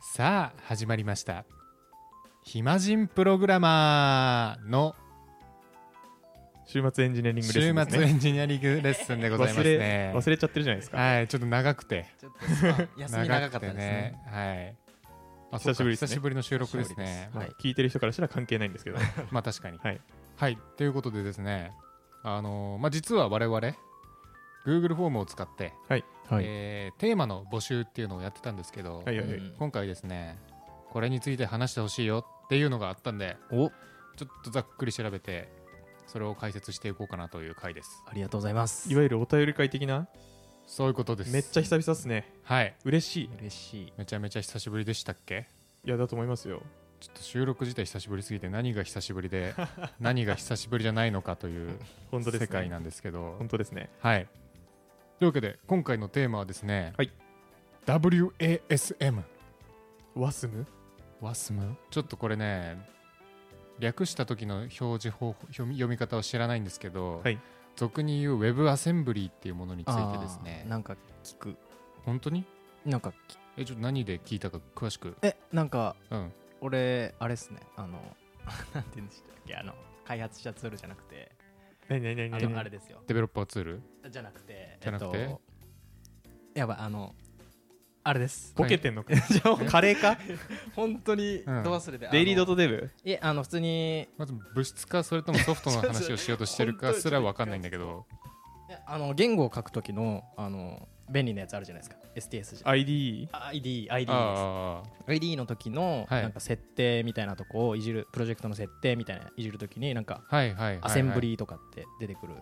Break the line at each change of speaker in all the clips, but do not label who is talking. さあ始まりました暇人プログラマーの
週末エンジニアリングレッス
週
ンです
末
ね
エンジニアリングレッスンでございます
忘れ
ね
忘れちゃってるじゃないですか、
はいちょっと長くて
ちょっとス パン休み長かったですね。
ねはいあ
久しぶりです
そ
ね
うか久しぶりの収録ですね
はい
聞いてる人からしたら関係ないんですけど
まあ確かに
はい
はいということでですねあのーまあ実は我々 Google フォームを使って、
はい
はい、
えーテーマの募集っていうのをやってたんですけど、
はいはいはい、
うん
今回ですねこれについて話してほしいよっていうのがあったんで
お
ちょっとざっくり調べてそれを解説していこうかなという回です
ありがとうございます
いわゆるお便り会的な
そういうことです
めっちゃ久々っすね
はい
嬉しい
嬉しい
めちゃめちゃ久しぶりでしたっけ
いやだと思いますよ
ちょっと収録自体久しぶりすぎて何が久しぶり で何が久しぶりじゃないのかという
本当ですね
世界なんですけど
本当ですね
はいというわけで今回のテーマはですね、
はい
WASM
ワスム
WASM ちょっとこれね略した時の表示方法読み読み方を知らないんですけど、
はい
俗に言う Web アセンブリーっていうものについてです
あー
ね
なんか聞く
本当に
なんかき
えちょっと何で聞いたか詳しく
えなんか
うん
俺あれっすねあの なんて言うんでしたっけあの開発したツールじゃなくて
何何何
あ
何
のあ
何
れですよ
デベロッパーツール
じゃなくて
じゃなくて
えっと、やばいあのあれです
ボケてんのか
じゃあ
カレーか
本当に
うん
ど忘れて。
デイリードッ
ト
トデブ
えあの普通に
まず物質かそれともソフトの
ちょっと
話をしようとしてるかすら分かんないんだけど
えあの言語を書く時のあの便利なやつあるじゃないですか STS じゃ
ID
ID ID です
あ
ID の時の
はい
なんか設定みたいなとこをいじる、プロジェクトの設定みたいないじるときになんか
あはいはいはいはい
アセンブリーとかって出てくるん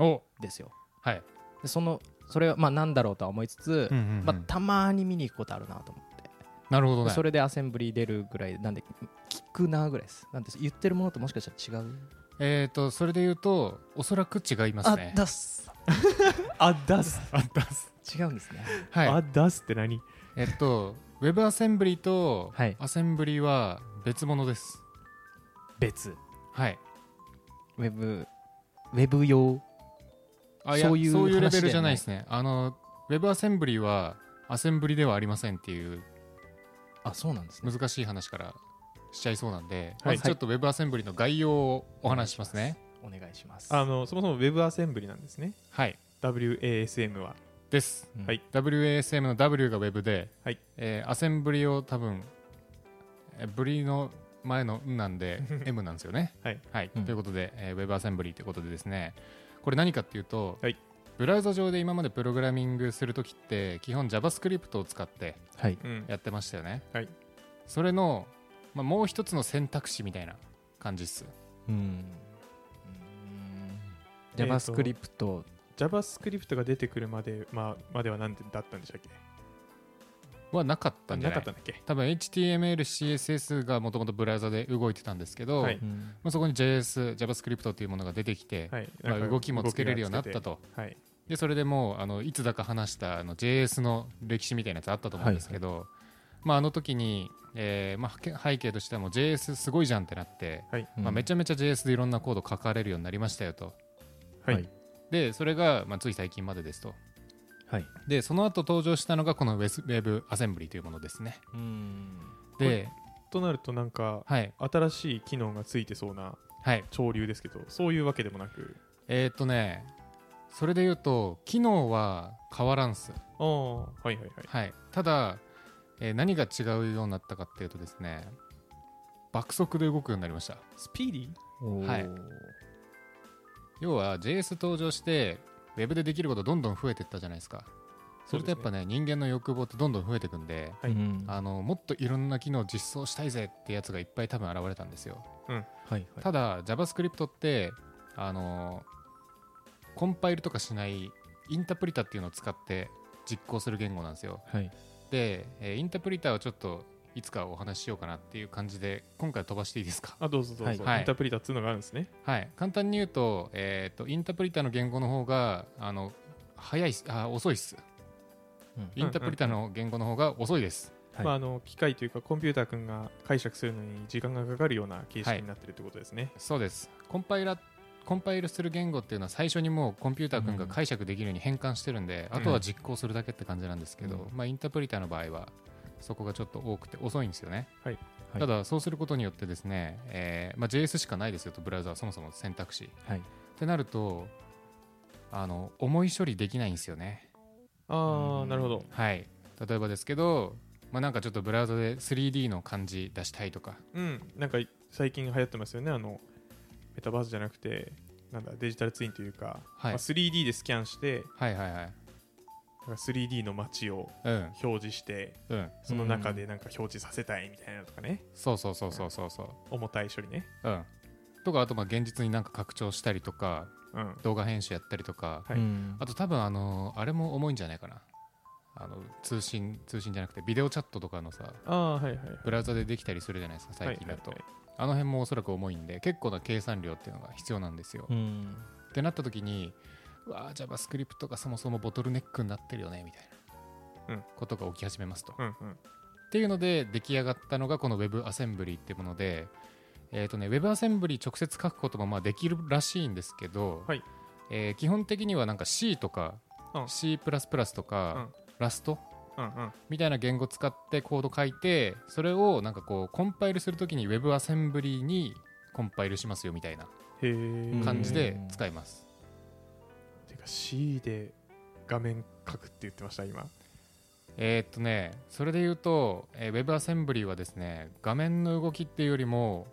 お
ですよ。
はい
でそのそれはまあなんだろうとは思いつつ、
うんうんうん
まあ、たまに見に行くことあるなと思って、
なるほどね
それでアセンブリー出るぐらいなんで聞くなぐらいです。なんで言ってるものともしかしたら違う、
えっとそれで言うとおそらく違います
あ
ね
出す
アダス
違うんですね。
はい
アダスって何
えっと Web アセンブリーと
はい
アセンブリーは別物です
別
はい
ウェブウェブ用
あいやそ
そうう
い
いう
うレベ
話だよ
ル
ね
じゃないですねあの Web アセンブリーはアセンブリではありませんっていう
あそうなんですね。
難しい話からしちゃいそうなんで、
はい
まずちょっと Web アセンブリの概要をお話ししますね。
お願いします。
あのそもそも Web アセンブリなんですね
はい。
WASM は
です。
うん
はい
WASM の W が Web で、
はい
えーアセンブリを多分、えーブリの前のんなん で M なんですよね。
はい。
うん
ということで、えー、Web アセンブリということでですね、これ何かっていうと、
はい
ブラウザ上で今までプログラミングするときって、基本 JavaScript を使って
はい
うん
やってましたよね。
はい
それの、まあ、もう一つの選択肢みたいな感じっす。
うん
えーと
JavaScript
JavaScript が出てくるまでまあまでは何だったんでしたっけ
はなかったんじゃ
な
ない
かったんだっけ
多分 HTML、CSS がもともとブラウザで動いてたんですけど、
はい
うん
まあ、そこに JS、JavaScript というものが出てきて、
はい
まあ
なんか
動きもつけれるようになった
動きが
と。
つけてはい
で、それでもうあのいつだか話したあの JS の歴史みたいなやつあったと思うんですけど、まあ、あの時に、えーまあ、背背景としてはもう JS すごいじゃんってなって、
はい
うん
まあ、めちゃめちゃ JS でいろんなコード書かれるようになりましたよと。
はい、
はい
で、それが、まあ、つい最近までですと。
はい
で、その後登場したのがこの Web アセンブリというものですね。
うん
で、
となるとなんか
はい、
新しい機能がついてそうな
はい。
潮流ですけどそういうわけでもなく
えーっとね、それで言うと、機能は変わらんす。
ああはいはいはい
はい。ただ、えー何が違うようになったかっていうとですね、爆速で動くようになりました。
スピーディー
はい要は JS 登場して、Web でできることどんどん増えていったじゃないですか。それとやっぱね、人間の欲望ってどんどん増えていくんで、
はい
うん
あのもっといろんな機能を実装したいぜってやつがいっぱい多分現れたんですよ。
はいはい
ただ JavaScript ってあのコンパイルとかしないインタプリタっていうのを使って実行する言語なんですよ
はい
で、えーインタプリタはちょっといつかお話ししようかなっていう感じで今回飛ばしていいですか
あどうぞどうぞ、
はい
インタープリターっつうのがあるんですね
はい簡単に言うと,、えーとインタプリタの言語の方があの早いっすあ遅いっす
うん
インタプリタの言語の方が遅いです、
はい
まあ、あの機械というかコンピューター君が解釈するのに時間がかかるような形式になってるってことですね、
そうですコンパイラコンパイルする言語っていうのは最初にもうコンピューター君が解釈できるように変換してるんで、
うん
あとは実行するだけって感じなんですけど、まあ、インタープリターの場合はそこがちょっと多くて遅いんですよね。
はい
はい
ただ、そうすることによってですね、えーまあ、JS しかないですよと、ブラウザはそもそも選択肢。
はい
ってなるとあの、重い処理できないんですよね。
あ
う
あ、
ん
なるほど。
はい、例えばですけど、まあ、なんかちょっとブラウザで 3D の感じ出したいとか、
うん。なんか最近流行ってますよね。あの、メタバースじゃなくて、なんだ、デジタルツインというか、
はい
まあ 3D でスキャンして、
はいはいはい、
なんか 3D の街を
うん、
表示して、
うん、
その中でなんか表示させたいみたいなのとかね、
そうそうそうそうそうそ
重たい処理ね。
う、うん。とか、あとまあ現実になんか拡張したりとか、
うん。
動画編集やったりとか、
はい
うん
あと多分あの、あれも重いんじゃないかな。あの通信通信じゃなくてビデオチャットとかのさ
ああ、はいはいはい。
ブラウザでできたりするじゃないですか最近だと、
はいはい
あの辺もおそらく重いんで結構な計算量っていうのが必要なんですよ、
うん
ってなった時にうわー JavaScript がそもそもボトルネックになってるよねみたいな、
うん
ことが起き始めますと、
はいうんうん。
っていうので出来上がったのがこの WebAssembly ってもので、えーとね、WebAssembly 直接書くこともまあできるらしいんですけど、
はい
えー基本的にはなんか C とか、
うん
C++ とか、Rust
うんうん。
みたいな言語使ってコード書いてそれをなんかこうコンパイルするときに WebAssembly にコンパイルしますよみたいな
へえ。
感じで使います。
てか C で画面書くって言ってました、今。
えーっとね、それで言うと、えー、WebAssembly はですね、画面の動きっていうよりも、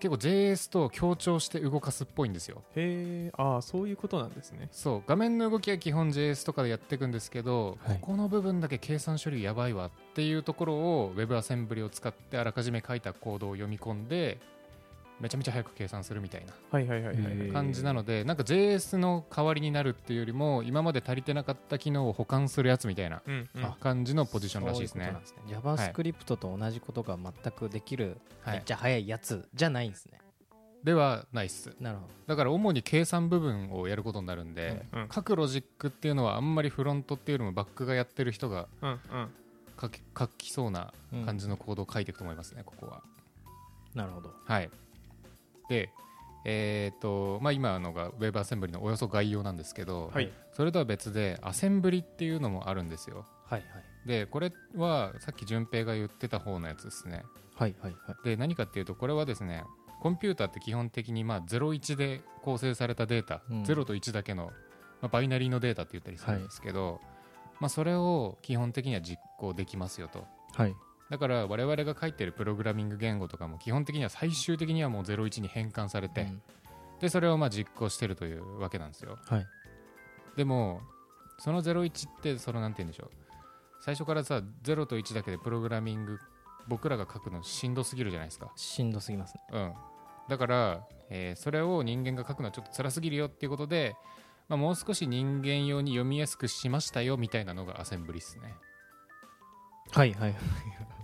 結構 JS と協調して動かすっぽいんですよ。
へえ、ああ、そういうことなんですね。
そう、画面の動きは基本 JS とかでやっていくんですけど、
はい
ここの部分だけ計算処理やばいわっていうところを WebAssembly を使ってあらかじめ書いたコードを読み込んで、めちゃめちゃ早く計算するみたいな
はいはいはいはい。
へえ
感じなので、なんか JS の代わりになるっていうよりも、今まで足りてなかった機能を補完するやつみたいな
うんうん。
あ
感じのポジションらしいですね。
そううことなんですね JavaScript と同じことが全くできる、
はい
めっちゃ早いやつじゃないんですね。
ではないっす
なるほど。
だから主に計算部分をやることになるんで、
うん
書くロジックっていうのはあんまりフロントっていうよりもバックがやってる人が
うんうん。
書き書きそうな
うん
感じのコードを書いていくと思いますね、ここは。
なるほど。
はい、で、えーとまあ、今のが WebAssembly のおよそ概要なんですけど、
はい。
それとは別でアセンブリっていうのもあるんですよ。
はい
でこれはさっき順平が言ってた方のやつですね。
はい。はいはいはい。
で何かっていうとこれはですねコンピューターって基本的にまあ01で構成されたデータ、
うん
0と1だけの、まあ、バイナリーのデータって言ったりするんですけど、まあ、それを基本的には実行できますよと
はい。
だから我々が書いてるプログラミング言語とかも基本的には最終的にはもう01に変換されて、
うん
でそれをまあ実行してるというわけなんですよ
はい。
でもその01ってそのなんて言うんでしょう最初からさ0と1だけでプログラミング僕らが書くのしんどすぎるじゃないですか
しんどすぎますね。
うん、だから、えーそれを人間が書くのはちょっと辛すぎるよっていうことで、まあ、もう少し人間用に読みやすくしましたよみたいなのがアセンブリですね
はいはい。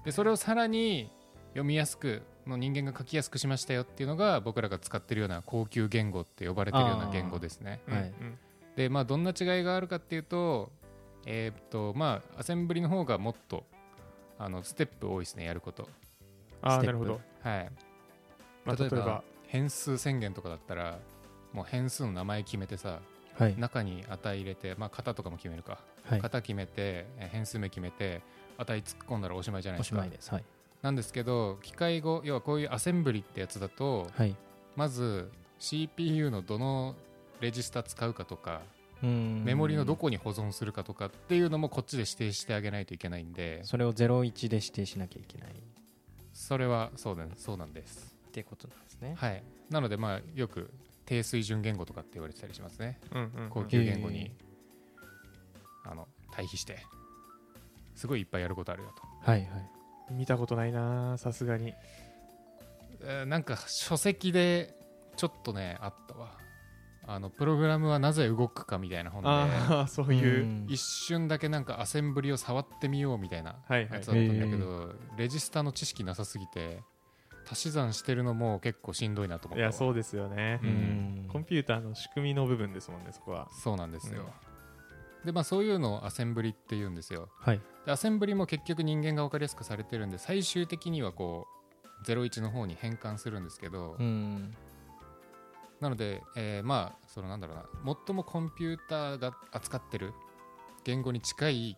でそれをさらに読みやすくの人間が書きやすくしましたよっていうのが僕らが使ってるような高級言語って呼ばれてるような言語ですね
うん
はい
うん
でまあどんな違いがあるかっていうとえーっとまあアセンブリの方がもっとあのステップ多いですねやること
ああ、
ステ
な
ッ
る
プ
ほど。
はい
まあ、例えば、
変数宣言とかだったらもう変数の名前決めてさ
はい。
中に値入れて、まあ、型とかも決めるか、
はい。
型決めてえー変数名決めて値突っ込んだらおしまいじゃない
お
です
し
か
まいです。はい。
なんですけど機械語要はこういうアセンブリってやつだと
はい。
まず CPU のどのレジスタ使うかとか
うん
メモリのどこに保存するかとかっていうのもこっちで指定してあげないといけないんで
それを01で指定しなきゃいけないっ
それはそうなんそうなんです
てことなんですね。
はいなのでまあよく低水準言語とかって言われてたりしますね
うんうんう
高
ん。
級言語に
へ、
あの対比してすごいいっぱいやることあるよと、
はいはい。
見たことないなー、さすがに。
えーなんか書籍でちょっとねあったわあのプログラムはなぜ動くかみたいな本で
ああ、そういう。
ん
一瞬だけなんかアセンブリを触ってみようみたいな
はいは
や
い
つだ。ったんだけど、レジスタの知識なさすぎて足し算してるのも結構しんどいなと思っ
い
たわ
や、そうですよね
う。
うん
コンピューターの仕組みの部分ですもんね、そこは。
そうなんですよ、でまあそういうのをアセンブリって言うんですよ
はい。
でアセンブリも結局人間が分かりやすくされてるんで最終的にはこう01の方に変換するんですけど、
うん。
なので、えーまあそのなんだろうな最もコンピューターが扱ってる言語に近い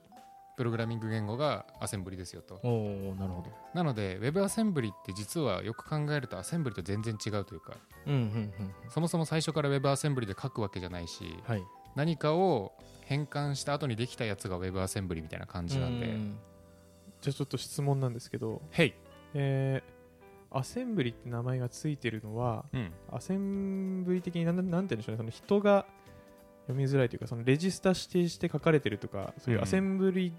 プログラミング言語がアセンブリですよと
おおなるほど
なので Web アセンブリって実はよく考えるとアセンブリと全然違うというか
うんうんうん
そもそも最初から Web アセンブリで書くわけじゃないし
はい
何かを変換した後にできたやつが Web アセンブリみたいな感じなんで
じゃあちょっと質問なんですけど、
「Hey!」
えーアセンブリって名前がついてるのは、
うん
アセンブリ的になんなんて言うんでしょうね、その人が読みづらいというか、そのレジスタ指定して書かれてるとか、そういう
うん
アセンブリ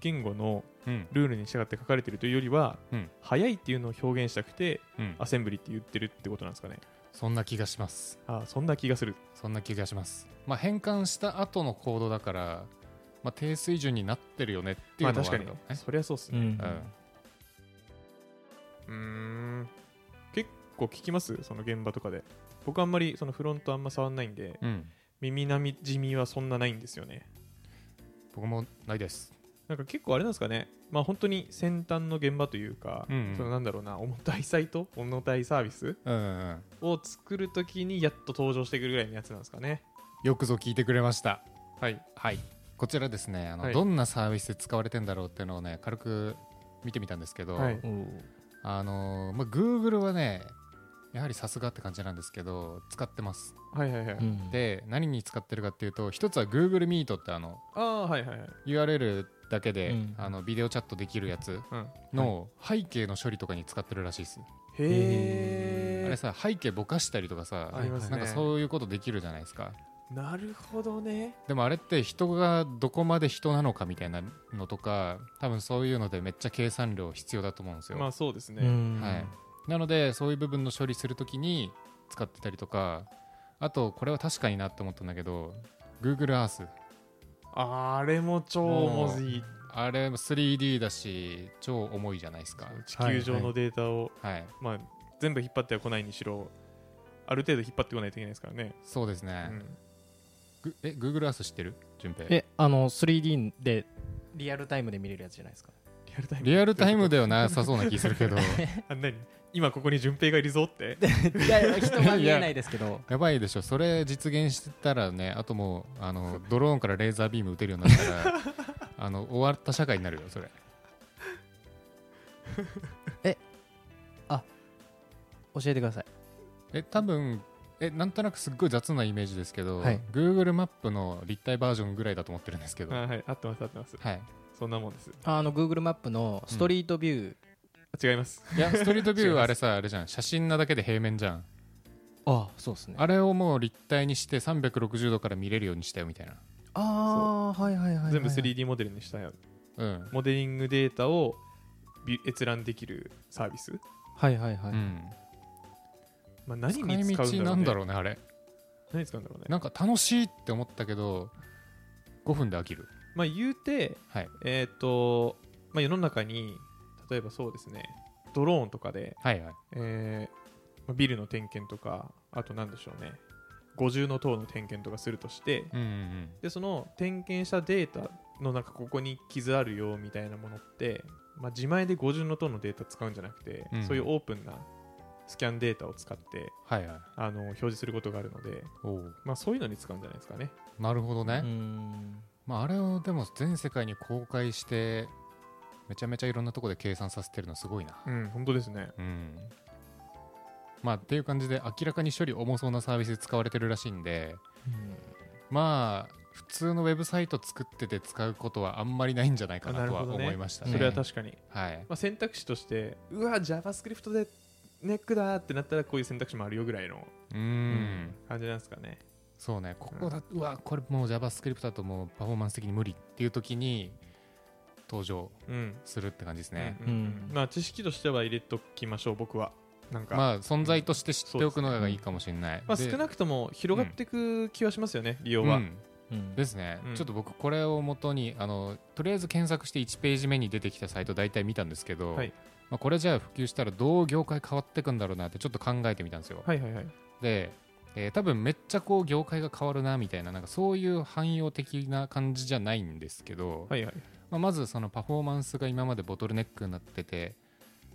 言語の
うん
ルールに従って書かれてるというよりは、
うん
早いっていうのを表現したくて、
うん
アセンブリって言ってるってことなんですかね。
そんな気がします
あーそんな気がする。
そんな気がしますまあ変換した後のコードだからまあ低水準になってるよねってい
ま
う
あ
の
確
はあ
か
る
に
よね、、
そりゃそうっす
う
ね。
ん
うん
うーん結構聞きますその現場とかで僕あんまりそのフロントあんま触んないんで
うん
耳なみじみはそんなないんですよね
僕もないです
なんか結構あれなんですかねまあ本当に先端の現場というか、
うんうん
そのなんだろうな重たいサイト重たいサービス
うんうんうん
を作るときにやっと登場してくるぐらいのやつなんですかね
よくぞ聞いてくれました
はい
はいこちらですねあの、
はい
どんなサービスで使われてんだろうっていうのをね軽く見てみたんですけど、
はい
おー
あのまあ、Google はねやはりさすがって感じなんですけど使ってます
はいはいはい、
うん
で何に使ってるかっていうと一つは Google Meet ってあの
ああはいはいはい
URL だけで、
うん
あのビデオチャットできるやつ
うんへ
の背景の処理とかに使ってるらしいです、あれ
え
さ背景ぼかしたりとかさ、
あります
な
ね
んかそういうことできるじゃないですか
なるほどね
でもあれって人がどこまで人なのかみたいなのとか多分そういうのでめっちゃ計算量必要だと思うんですよ、
まあそうですね、
うん
はい、なのでそういう部分の処理するときに使ってたりとかあとこれは確かになって思ったんだけど Google Earth
あれも超文字
あれも 3D だし超重いじゃないですか、
地球上のデータを
はい、
まあ、全部引っ張ってはこないにしろ、ある程度引っ張ってこないといけないですからね。
そうです
う
ね、
ん
ぐえ Google Earth 知ってる順平
えあの 3D でリアルタイムで見れるやつじゃないですか
リアルタイム
リアルタイムではなさそうな気するけど
あ何今ここに順平がいるぞって。
いやいや人は見えないですけど
やばいでしょそれ実現してたらねあともうあのドローンからレーザービーム撃てるようになったらあの終わった社会になるよそれ
教えてください
え多分えなんとなくすっごい雑なイメージですけど、
はい
Google マップの立体バージョンぐらいだと思ってるんですけど、
あ
は
はい、合ってます、合ってます。
い、
そんなもんです。
あの Google マップのストリートビュー、
あ違います。
いやストリートビューはあれさあれじゃん写真なだけで平面じゃん
あそうですね
あれをもう立体にして360度から見れるようにしたよみたいな
ああはいはいはいはいはい
全部 3D モデルにした
うん、
モデリングデータをビュ閲覧できるサービス。
はいはいは
う
い、
ん、
まあ、何
使
に使
い道
う
なんん
だ
だ
ろうね。
ろうねあれ
何に使うんだろうね。
なんか楽しいって思ったけど5分で飽きる
まあ、言うて、
はい
えっ、と、まあ、世の中に、例えばそうですね、ドローンとかで、
はいはい
えーまあビルの点検とかあと何でしょうね五重の塔の点検とかするとして
うんうん
でその点検したデータのなんかここに傷あるよみたいなものって、まあ、自前で五重の塔のデータ使うんじゃなくて、
うん
そういうオープンなスキャンデータを使って
はいはい
あの表示することがあるので、
おう
まあ、そういうのに使うんじゃないですかね
なるほどね、
うーん
まあ、あれをでも全世界に公開してめちゃめちゃいろんなとこで計算させてるのすごいな
うん本当ですね
うんまあっていう感じで明らかに処理重そうなサービスで使われてるらしいんでまあ普通のウェブサイト作ってて使うことはあんまりないんじゃないかなとは
あなるほどね
思いましたね
それは確かに、
はい
まあ、選択肢としてうわ JavaScript でネックだーってなったらこういう選択肢もあるよぐらいの
うん
感じなんですかね、
そうねここだうわこれもう JavaScript だともうパフォーマンス的に無理っていう時に登場
うん、
するって感じですね、
うんうん
うん
まあ知識としては入れときましょう僕はなんか、まあ
まあ存在として知っておくのがいいかもしれない、で
少なくとも広がっていく気はしますよね、利用は、
うん
うん
ですね、
うん
ちょっと僕これをもとにあのとりあえず検索して1ページ目に出てきたサイト大体見たんですけど、
はい
まあ、これじゃあ普及したらどう業界変わっていくんだろうなってちょっと考えてみたんですよ、
はいはいはい
で、えー多分めっちゃこう業界が変わるなみたいななんかそういう汎用的な感じじゃないんですけど、
はいはい
まあ、まずそのパフォーマンスが今までボトルネックになってて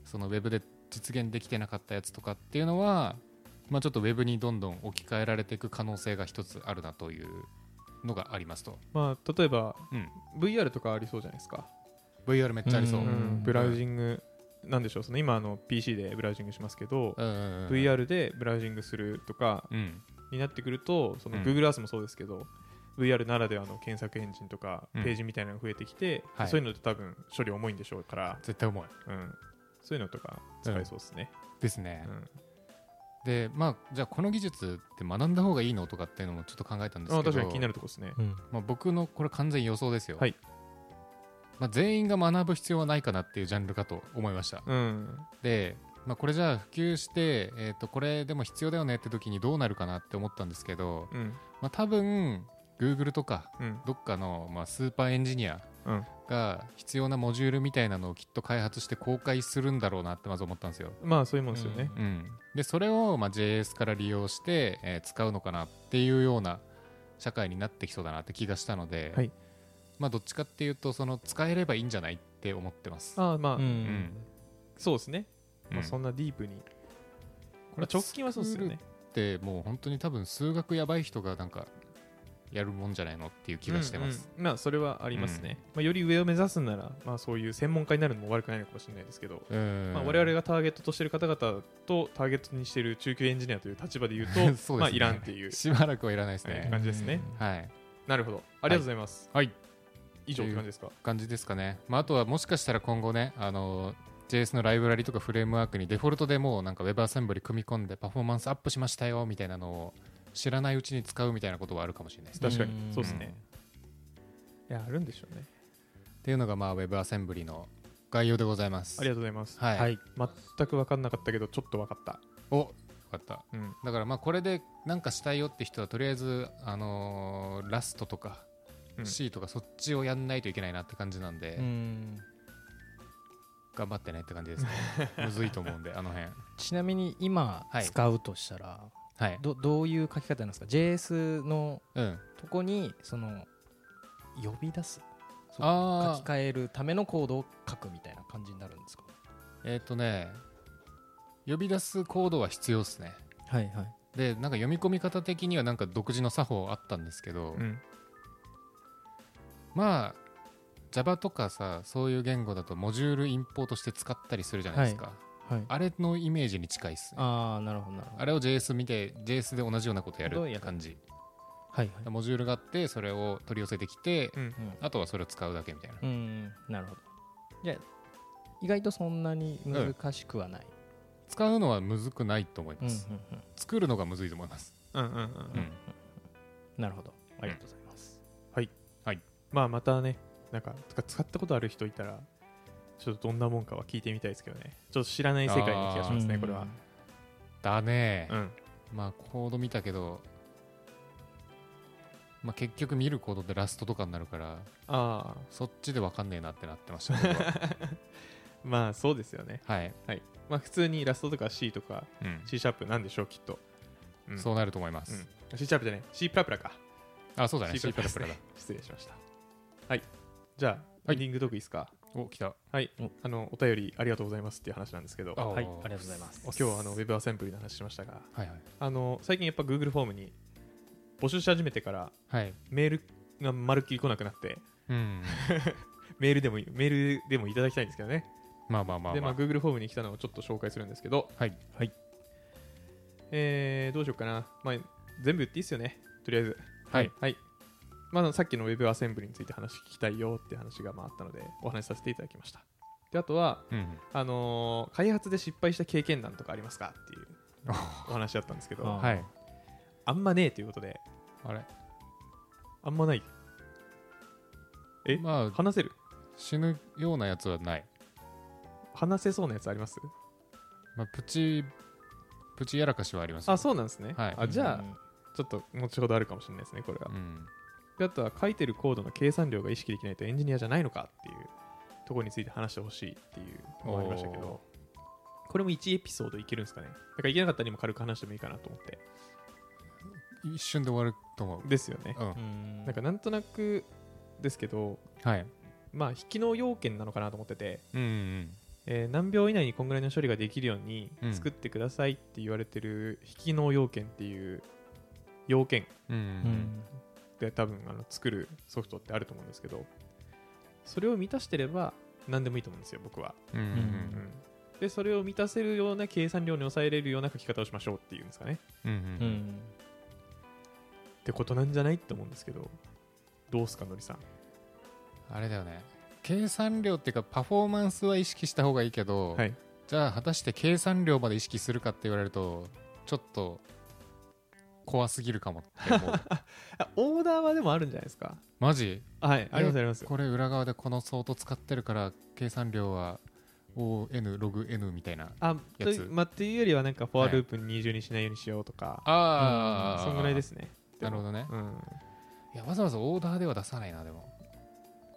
そのウェブで実現できてなかったやつとかっていうのは、まあ、ちょっとウェブにどんどん置き換えられていく可能性が一つあるなというのがありますと、
まあ、例えば
うん、
VR とかありそうじゃないですか、
VR めっちゃありそうう、
ん
うん
ブラウジングなんでしょうその今あの PC でブラウジングしますけど、
うんうんうん
VR でブラウジングするとか
うん
になってくるとその
うん
Google Earth もそうですけど、VR ならではの検索エンジンとか
うん
ページみたいなのが増えてきて、
はい
そういうのって多分処理重いんでしょうから、
絶対重い
うん、そういうのとか使えそうですね、
ですね、
うん
でまあじゃあこの技術って学んだ方がいいのとかっていうのもちょっと考えたんです
あ
けど
確かに気になるとこですね、
うん
まあ、僕のこれ完全予想ですよ、
はい
まあ、全員が学ぶ必要はないかなっていうジャンルかと思いました
うん
で、まあ、これじゃあ普及して、えー、とこれでも必要だよねって時にどうなるかなって思ったんですけど、
うん
まあ、多分 Google とか
うん
どっかの、まあ、スーパーエンジニア
うん
が必要なモジュールみたいなのをきっと開発して公開するんだろうなってまず思ったんですよ、
まあそういうもんですよね、
うん、でそれを、まあ、JS から利用して、えー使うのかなっていうような社会になってきそうだなって気がしたので、
はい
まあ、どっちかっていうとその使えればいいんじゃないって思ってます。
ああまあ、
う
うんん
そうですね、
うん
まあ、そんなディープに、
こ
まあ直近はそうですよね
ってもう本当に多分数学やばい人がなんかやるもんじゃないのっていう気がしてます。
うんうんまあそれはありますね、まあ、より上を目指すなら、まあ、そういう専門家になるのも悪くないのかもしれないですけど、
うん
まあ、我々がターゲットとしてる方々とターゲットにしてる中級エンジニアという立場で言うと
そうですね
まあいらんっていう、
しばらくはいらないです
はい
ね。
感じですね
はい、
なるほどありがとうございます、
はい、
以上って感じですか
感じですかね。まあ、あとはもしかしたら今後ね、あの JS のライブラリとかフレームワークにデフォルトでもうなんか WebAssembly 組み込んでパフォーマンスアップしましたよみたいなのを知らないうちに使うみたいなことはあるかもしれないですね。
確かに
うん
そうですね、いやあるんでしょうね
っていうのがまあ WebAssembly の概要でございます。
ありがとうございます
はい、
はい
全く分かんなかったけどちょっと分かった
およかった。
うん
だからまあこれでなんかしたいよって人はとりあえず、あのーラストとか
うん
C とかそっちをやんないといけないなって感じなんで、
うん
頑張ってねって感じですねむずいと思うんであの辺
ちなみに今
はい
使うとしたら
はい
どどういう書き方なんですか JS の
うん
とこにその呼び出すそう
あ
書き
あ
換えるためのコードを書くみたいな感じになるんですか
えっ、とね呼び出すコードは必要ですね
はいはい
でなんか読み込み方的にはなんか独自の作法あったんですけど、
うん
まあ Java とかさそういう言語だとモジュールインポートして使ったりするじゃないですか、
はい
あれのイメージに近いっすね
ああなるほどなるほど
あれを JS 見て JS で同じようなことやるって感じ
はいはい
モジュールがあってそれを取り寄せてきて、
うん
あとはそれを使うだけみたいな、
うんなるほどじゃあ意外とそんなに難しくはない、
使うのはむずくないと思います、
うんうん
作るのがむずいと思います、
うんうんう
う
ん
ん
なるほどありがとうございます、
まあまたね、なんかつか使ったことある人いたら、ちょっとどんなもんかは聞いてみたいですけどね。ちょっと知らない世界の気がします
う
ね、
ん
これは。
だね、
うん。
まあコード見たけど、まあ、結局見るコードってラストとかになるから
ああ、
そっちで分かんねえなってなってました僕は
まあそうですよね。
はい、
まあ普通にラストとか C とか
う
C シャープなんでしょう、きっと。うん
ん、そうなると思います、
うん C シャープじゃない、C プラプラか。
あそうだね C プラ
です
プ
ね
ラだ
失礼しました。はい。じゃあ、
はい
エンディングトークいいですか。
お来た
はい
お。
あの、お便りありがとうございますっていう話なんですけど、
あ
お
ー
はいありがとうございます
今日はあの Web アセンブリの話しましたが、
はいはい
あの、最近やっぱ Google フォームに募集し始めてから
はい
メールがまるっきり来なくなって、
うん
メールでもいいメールでもいただきたいんですけどね。
まあまあまあ、
で、
ま
ま
あ
あ、Google フォームに来たのをちょっと紹介するんですけど、
はい
えー、どうしようかな。まあ、全部言っていいっすよね。とりあえず。
はい。
はい。まあ、さっきの Web アセンブリについて話聞きたいよって話がまああったので、お話しさせていただきました。で、あとは、
うん
あのー開発で失敗した経験談とかありますかっていうお話だったんですけど、
あ
あ
は
ー
い
んまねえということで、
あれ
あんまない。え
まあ
話せる
死ぬようなやつはない
話せそうなやつあります
まあ、プチ、プチやらかしはありますよ
あ、そうなんですね。
はい
あじゃあ、
あ
ちょっと後ほどあるかもしれないですね、これは。
うん。
であとは書いてるコードの計算量が意識できないとエンジニアじゃないのかっていうところについて話してほしいっていうのもありましたけどこれも1エピソードいけるんですかねだからいけなかったりも軽く話してもいいかなと思って
一瞬で終わると思う。
ですよね
うん。
うん
なんかなんとなくですけど
はい。
まあ引きの要件なのかなと思ってて、
うんうん。
えー何秒以内にこんぐらいの処理ができるように
うん
作ってくださいって言われてる引きの要件っていう要件
うんうん。
って多分あの作るソフトってあると思うんですけどそれを満たしてれば何でもいいと思うんですよ僕は、
うんうん
うん、でそれを満たせるような計算量に抑えれるような書き方をしましょうっていうんですかね
うんう
うんん
ってことなんじゃないって思うんですけどどうすかのりさん
あれだよね計算量っていうかパフォーマンスは意識した方がいいけど、
はい
じゃあ果たして計算量まで意識するかって言われるとちょっと怖すぎるかもって 思う
あオーダーはでもあるんじゃないですか
マジ
はいありますあります
これ裏側でこのソート使ってるから計算量は ON ログ N みたいな
あ
や
と
つ
まあ、っていうよりはなんかフォアループに二重にしないようにしようとか、
ああ
そんぐらいですすね
なるほどね
うん
いやわざわざオーダーでは出さないなでも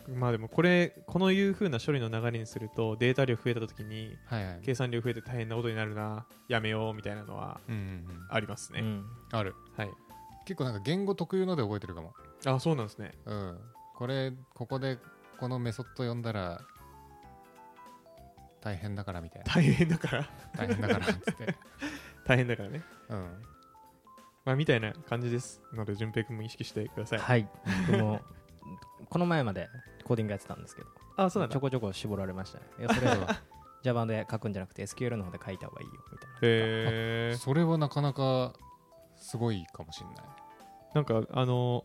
まあでもこれこのいう風な処理の流れにするとデータ量増えた時に
はいはい
計算量増えて大変なことになるなやめようみたいなのは
うんうん
ありますね、
うん
うん、ある
はい
結構なんか言語特有ので覚えてるかも
あそうなんですね
うん、これここでこのメソッド読んだら大変だからみたい な
大変だから
大変だからっつって、
大変だからね
うん、
まあみたいな感じですので順平君も意識してください、
はい僕もこの前までコーディングやってたんですけど
あそうなん
ちょ
だ
こちょこ絞られましたねいやそれは Java で書くんじゃなくて SQL の方で書いた方がいいよみたいな
へえ
それはなかなかすごいかもしれない
なんかあの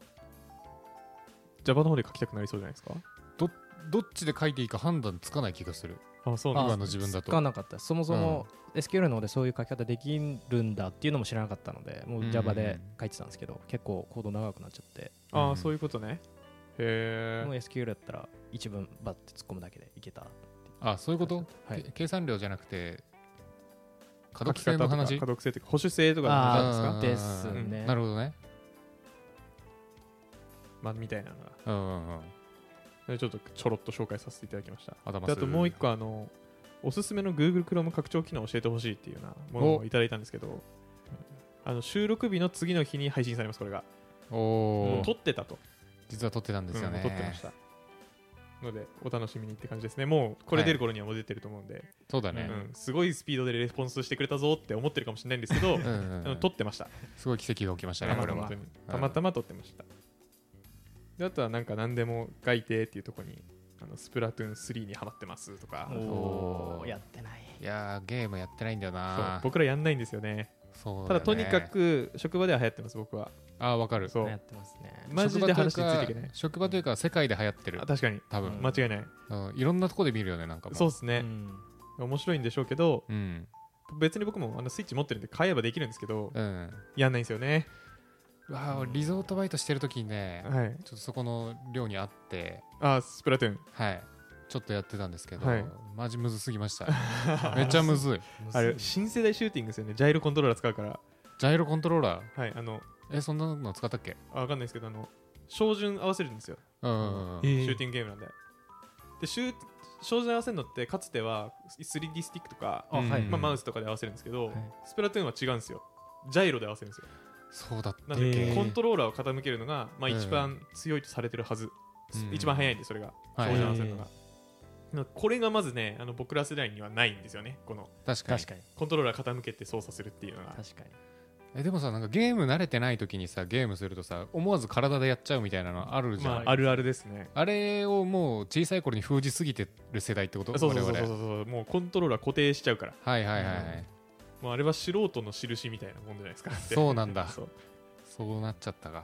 Java の方で書きたくなりそうじゃないですか
どっちで書いていいか判断つかない気がする
あそうなん
今
だ
の自分だと
つかなかったそもそも、SQL の方でそういう書き方できるんだっていうのも知らなかったのでも
うんうん
う Java で書いてたんですけど、結構コード長くなっちゃって、
あ
う
あ
ん
そういうことねへ
もう
え
SQL だったら一文バッて突っ込むだけでいけた
あそういうこと、
はい
け計算量じゃなくて可
書
読
き
性
方
の
とか
話
可読性とか保守性とかの話なんで
あ
すか
ー
です
うん
ね、
なるほどね
まあみたいなのが
うんうんうん
でちょっとちょろっと紹介させていただきました。
頭
で
す
あともう一個あの、おすすめの Google Chrome 拡張機能を教えてほしいっていうようなものをいただいたんですけど、あの収録日の次の日に配信されます、これが。
お
も
お
う撮ってたと。
実は撮ってたんですよね、
うん撮ってました。ので、お楽しみにって感じですね。もうこれ出る頃にはもう出てると思うんで、
そうだね
う、ん、すごいスピードでレスポンスしてくれたぞって思ってるかもしれないんですけど、
うんうんうん
あの撮ってました。
すごい奇跡が起きましたね
たま
これ
たま
は
本当にたまたま撮ってました。であとはなんか何でも書いてっていうところに、あのスプラトゥーン3にハマってますとか。
おー
やってない
いやーゲームやってないんだよ
そう
な
僕らやんないんですよね
そう
た
よね
だとにかく職場では流行ってます僕は
あーわかる
そ
や
う
ってますね
マジで話についていけ
職場というか職場と
ない
いうか世界で流行ってる
あ確かに
多
う
分
ん、
間違いない
うんいろんなとこで見るよねなんかも
そうです
う
ね
ん
面白いんでしょうけど
うん
別に僕もあのスイッチ持ってるんで買えばできるんですけど
うん
やんないんですよね
うわーリゾートバイトしてる時にね
はい
ちょっとそこの寮にあって
あスプラトゥーン
はいちょっとやってたんですけど、
はい
マジむずすぎました めっちゃむずい
あれ新世代シューティングですよねジャイロコントローラー使うから
ジャイロコントローラー
はいあの
えそんなの使ったっけ
あわかんないですけどあの照準合わせるんですよ
うんうんうん
シューティングゲームなんででシュー照準合わせるのってかつては 3D スティックとか
あはい
うん
まあ、マウスとかで合わせるんですけど、
い
スプラトゥーンは違うんですよジャイロで合わせるんですよ
そうだった
な
っ
ん
け、
で、
えー
コントローラーを傾けるのが、まあ、
うん
一番強いとされてるはず、
うん
一番早いんでそれが
は
照
い
準合わせるのが、なんかこれがまずねあの僕ら世代にはないんですよねこの
確かに
確かに
コントローラー傾けて操作するっていうのが
確かに
えでもさなんかゲーム慣れてない時にさゲームするとさ思わず体でやっちゃうみたいなのあるじゃん、
まあ、あるあるですね
あれをもう小さい頃に封じすぎてる世代ってこと
そうそうそうそう
我
そ
々
うそうもうコントローラー固定しちゃうから
はいはいはい、はい
もうあれは素人の印みたいなもんじゃないですか
そうなんだ
そう
そうなっちゃったか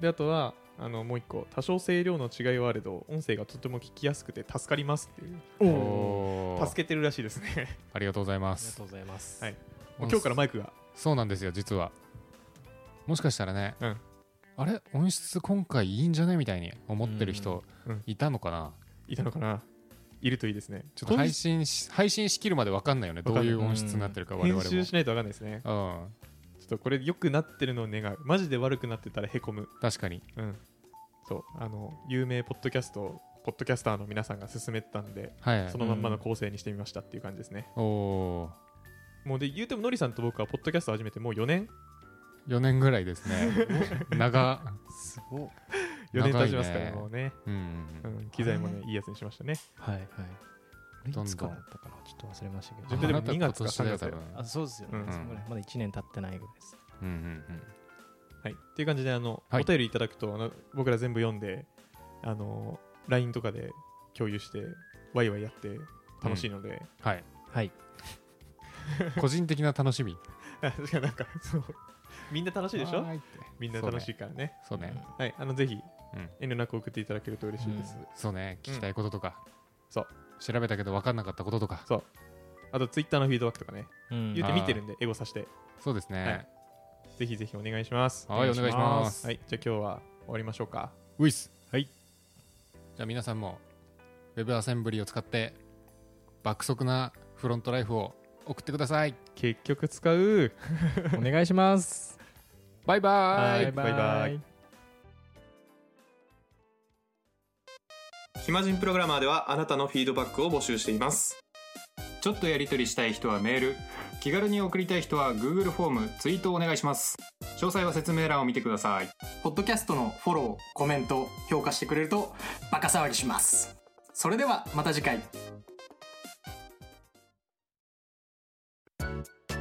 であとはあのもう一個多少声量の違いはあれど音声がとても聞きやすくて助かりますっていう
お
助けてるらしいですね
ありがとうございま
ありが
す
とうございます、
はいもう今日からマイクが
そうなんですよ実はもしかしたらね、
うん
あれ音質今回いいんじゃねみたいに思ってる人
うんうん
いたのかな、
いたのかないるといいですね
ちょっと配信し配信しきるまで分かんないよねどういう音質になってるか我々
編
も
集しないとわかんないですね。
うん
ちょっとこれ良くなってるのを願う。マジで悪くなってたらへこむ。
確かに
うん。そう。あの、有名ポッドキャスト、ポッドキャスターの皆さんが勧めてたんで、
はい
そのまんまの構成にしてみましたっていう感じですね。
おお
もうで、言うてものりさんと僕はポッドキャスト始めてもう4年
4年ぐらいですね 長
すごい
?4 年
長いね
経ちますから、もうね。
うん
う
うん
ん、機材もね、いいやつにしましたね。
はいはい
どんどん
いつからだったかなちょっと忘れましたけど
自分で
あ
も
なた
2月か
今年だよ
3月だよ
多分
あそうですよね、
うん
そんぐらいまだ1年経ってないぐらいです
うんうんうん
ははい、っていう感じであの、
はい
お便りいただくとあの僕ら全部読んであの LINE とかで共有してワイワイやって楽しいので、
はい。
はい。
個人的な楽しみ。
あ 確かになんかそうみんな楽しいでしょ
わーいって
みんな楽しいからね
そうね。
はいあのぜひ
うん。
遠慮なく送っていただけると嬉しいです、
そうね。聞きたいこととか、
そう
調べたけど分かんなかったこととか。
そうあと Twitter のフィードバックとかね
うん
言うて見てるんでエゴさして
そうですね。
ぜひぜひお願いします
はい、お願いします。
はいじゃあ今日は終わりましょうか
ウィス。
はい。
じゃあ皆さんも Web アセンブリを使って爆速なフロントライフを送ってください。
結局使う
お願いします。
バイバーイ。
バイバイ。暇人プログラマーではあなたのフィードバックを募集しています
ちょっとやり取りしたい人はメール気軽に送りたい人は Google フォームツイートをお願いします詳細は説明欄を見てください
ポッドキャストのフォロー、コメント、評価してくれるとバカ騒ぎします。それではまた次回。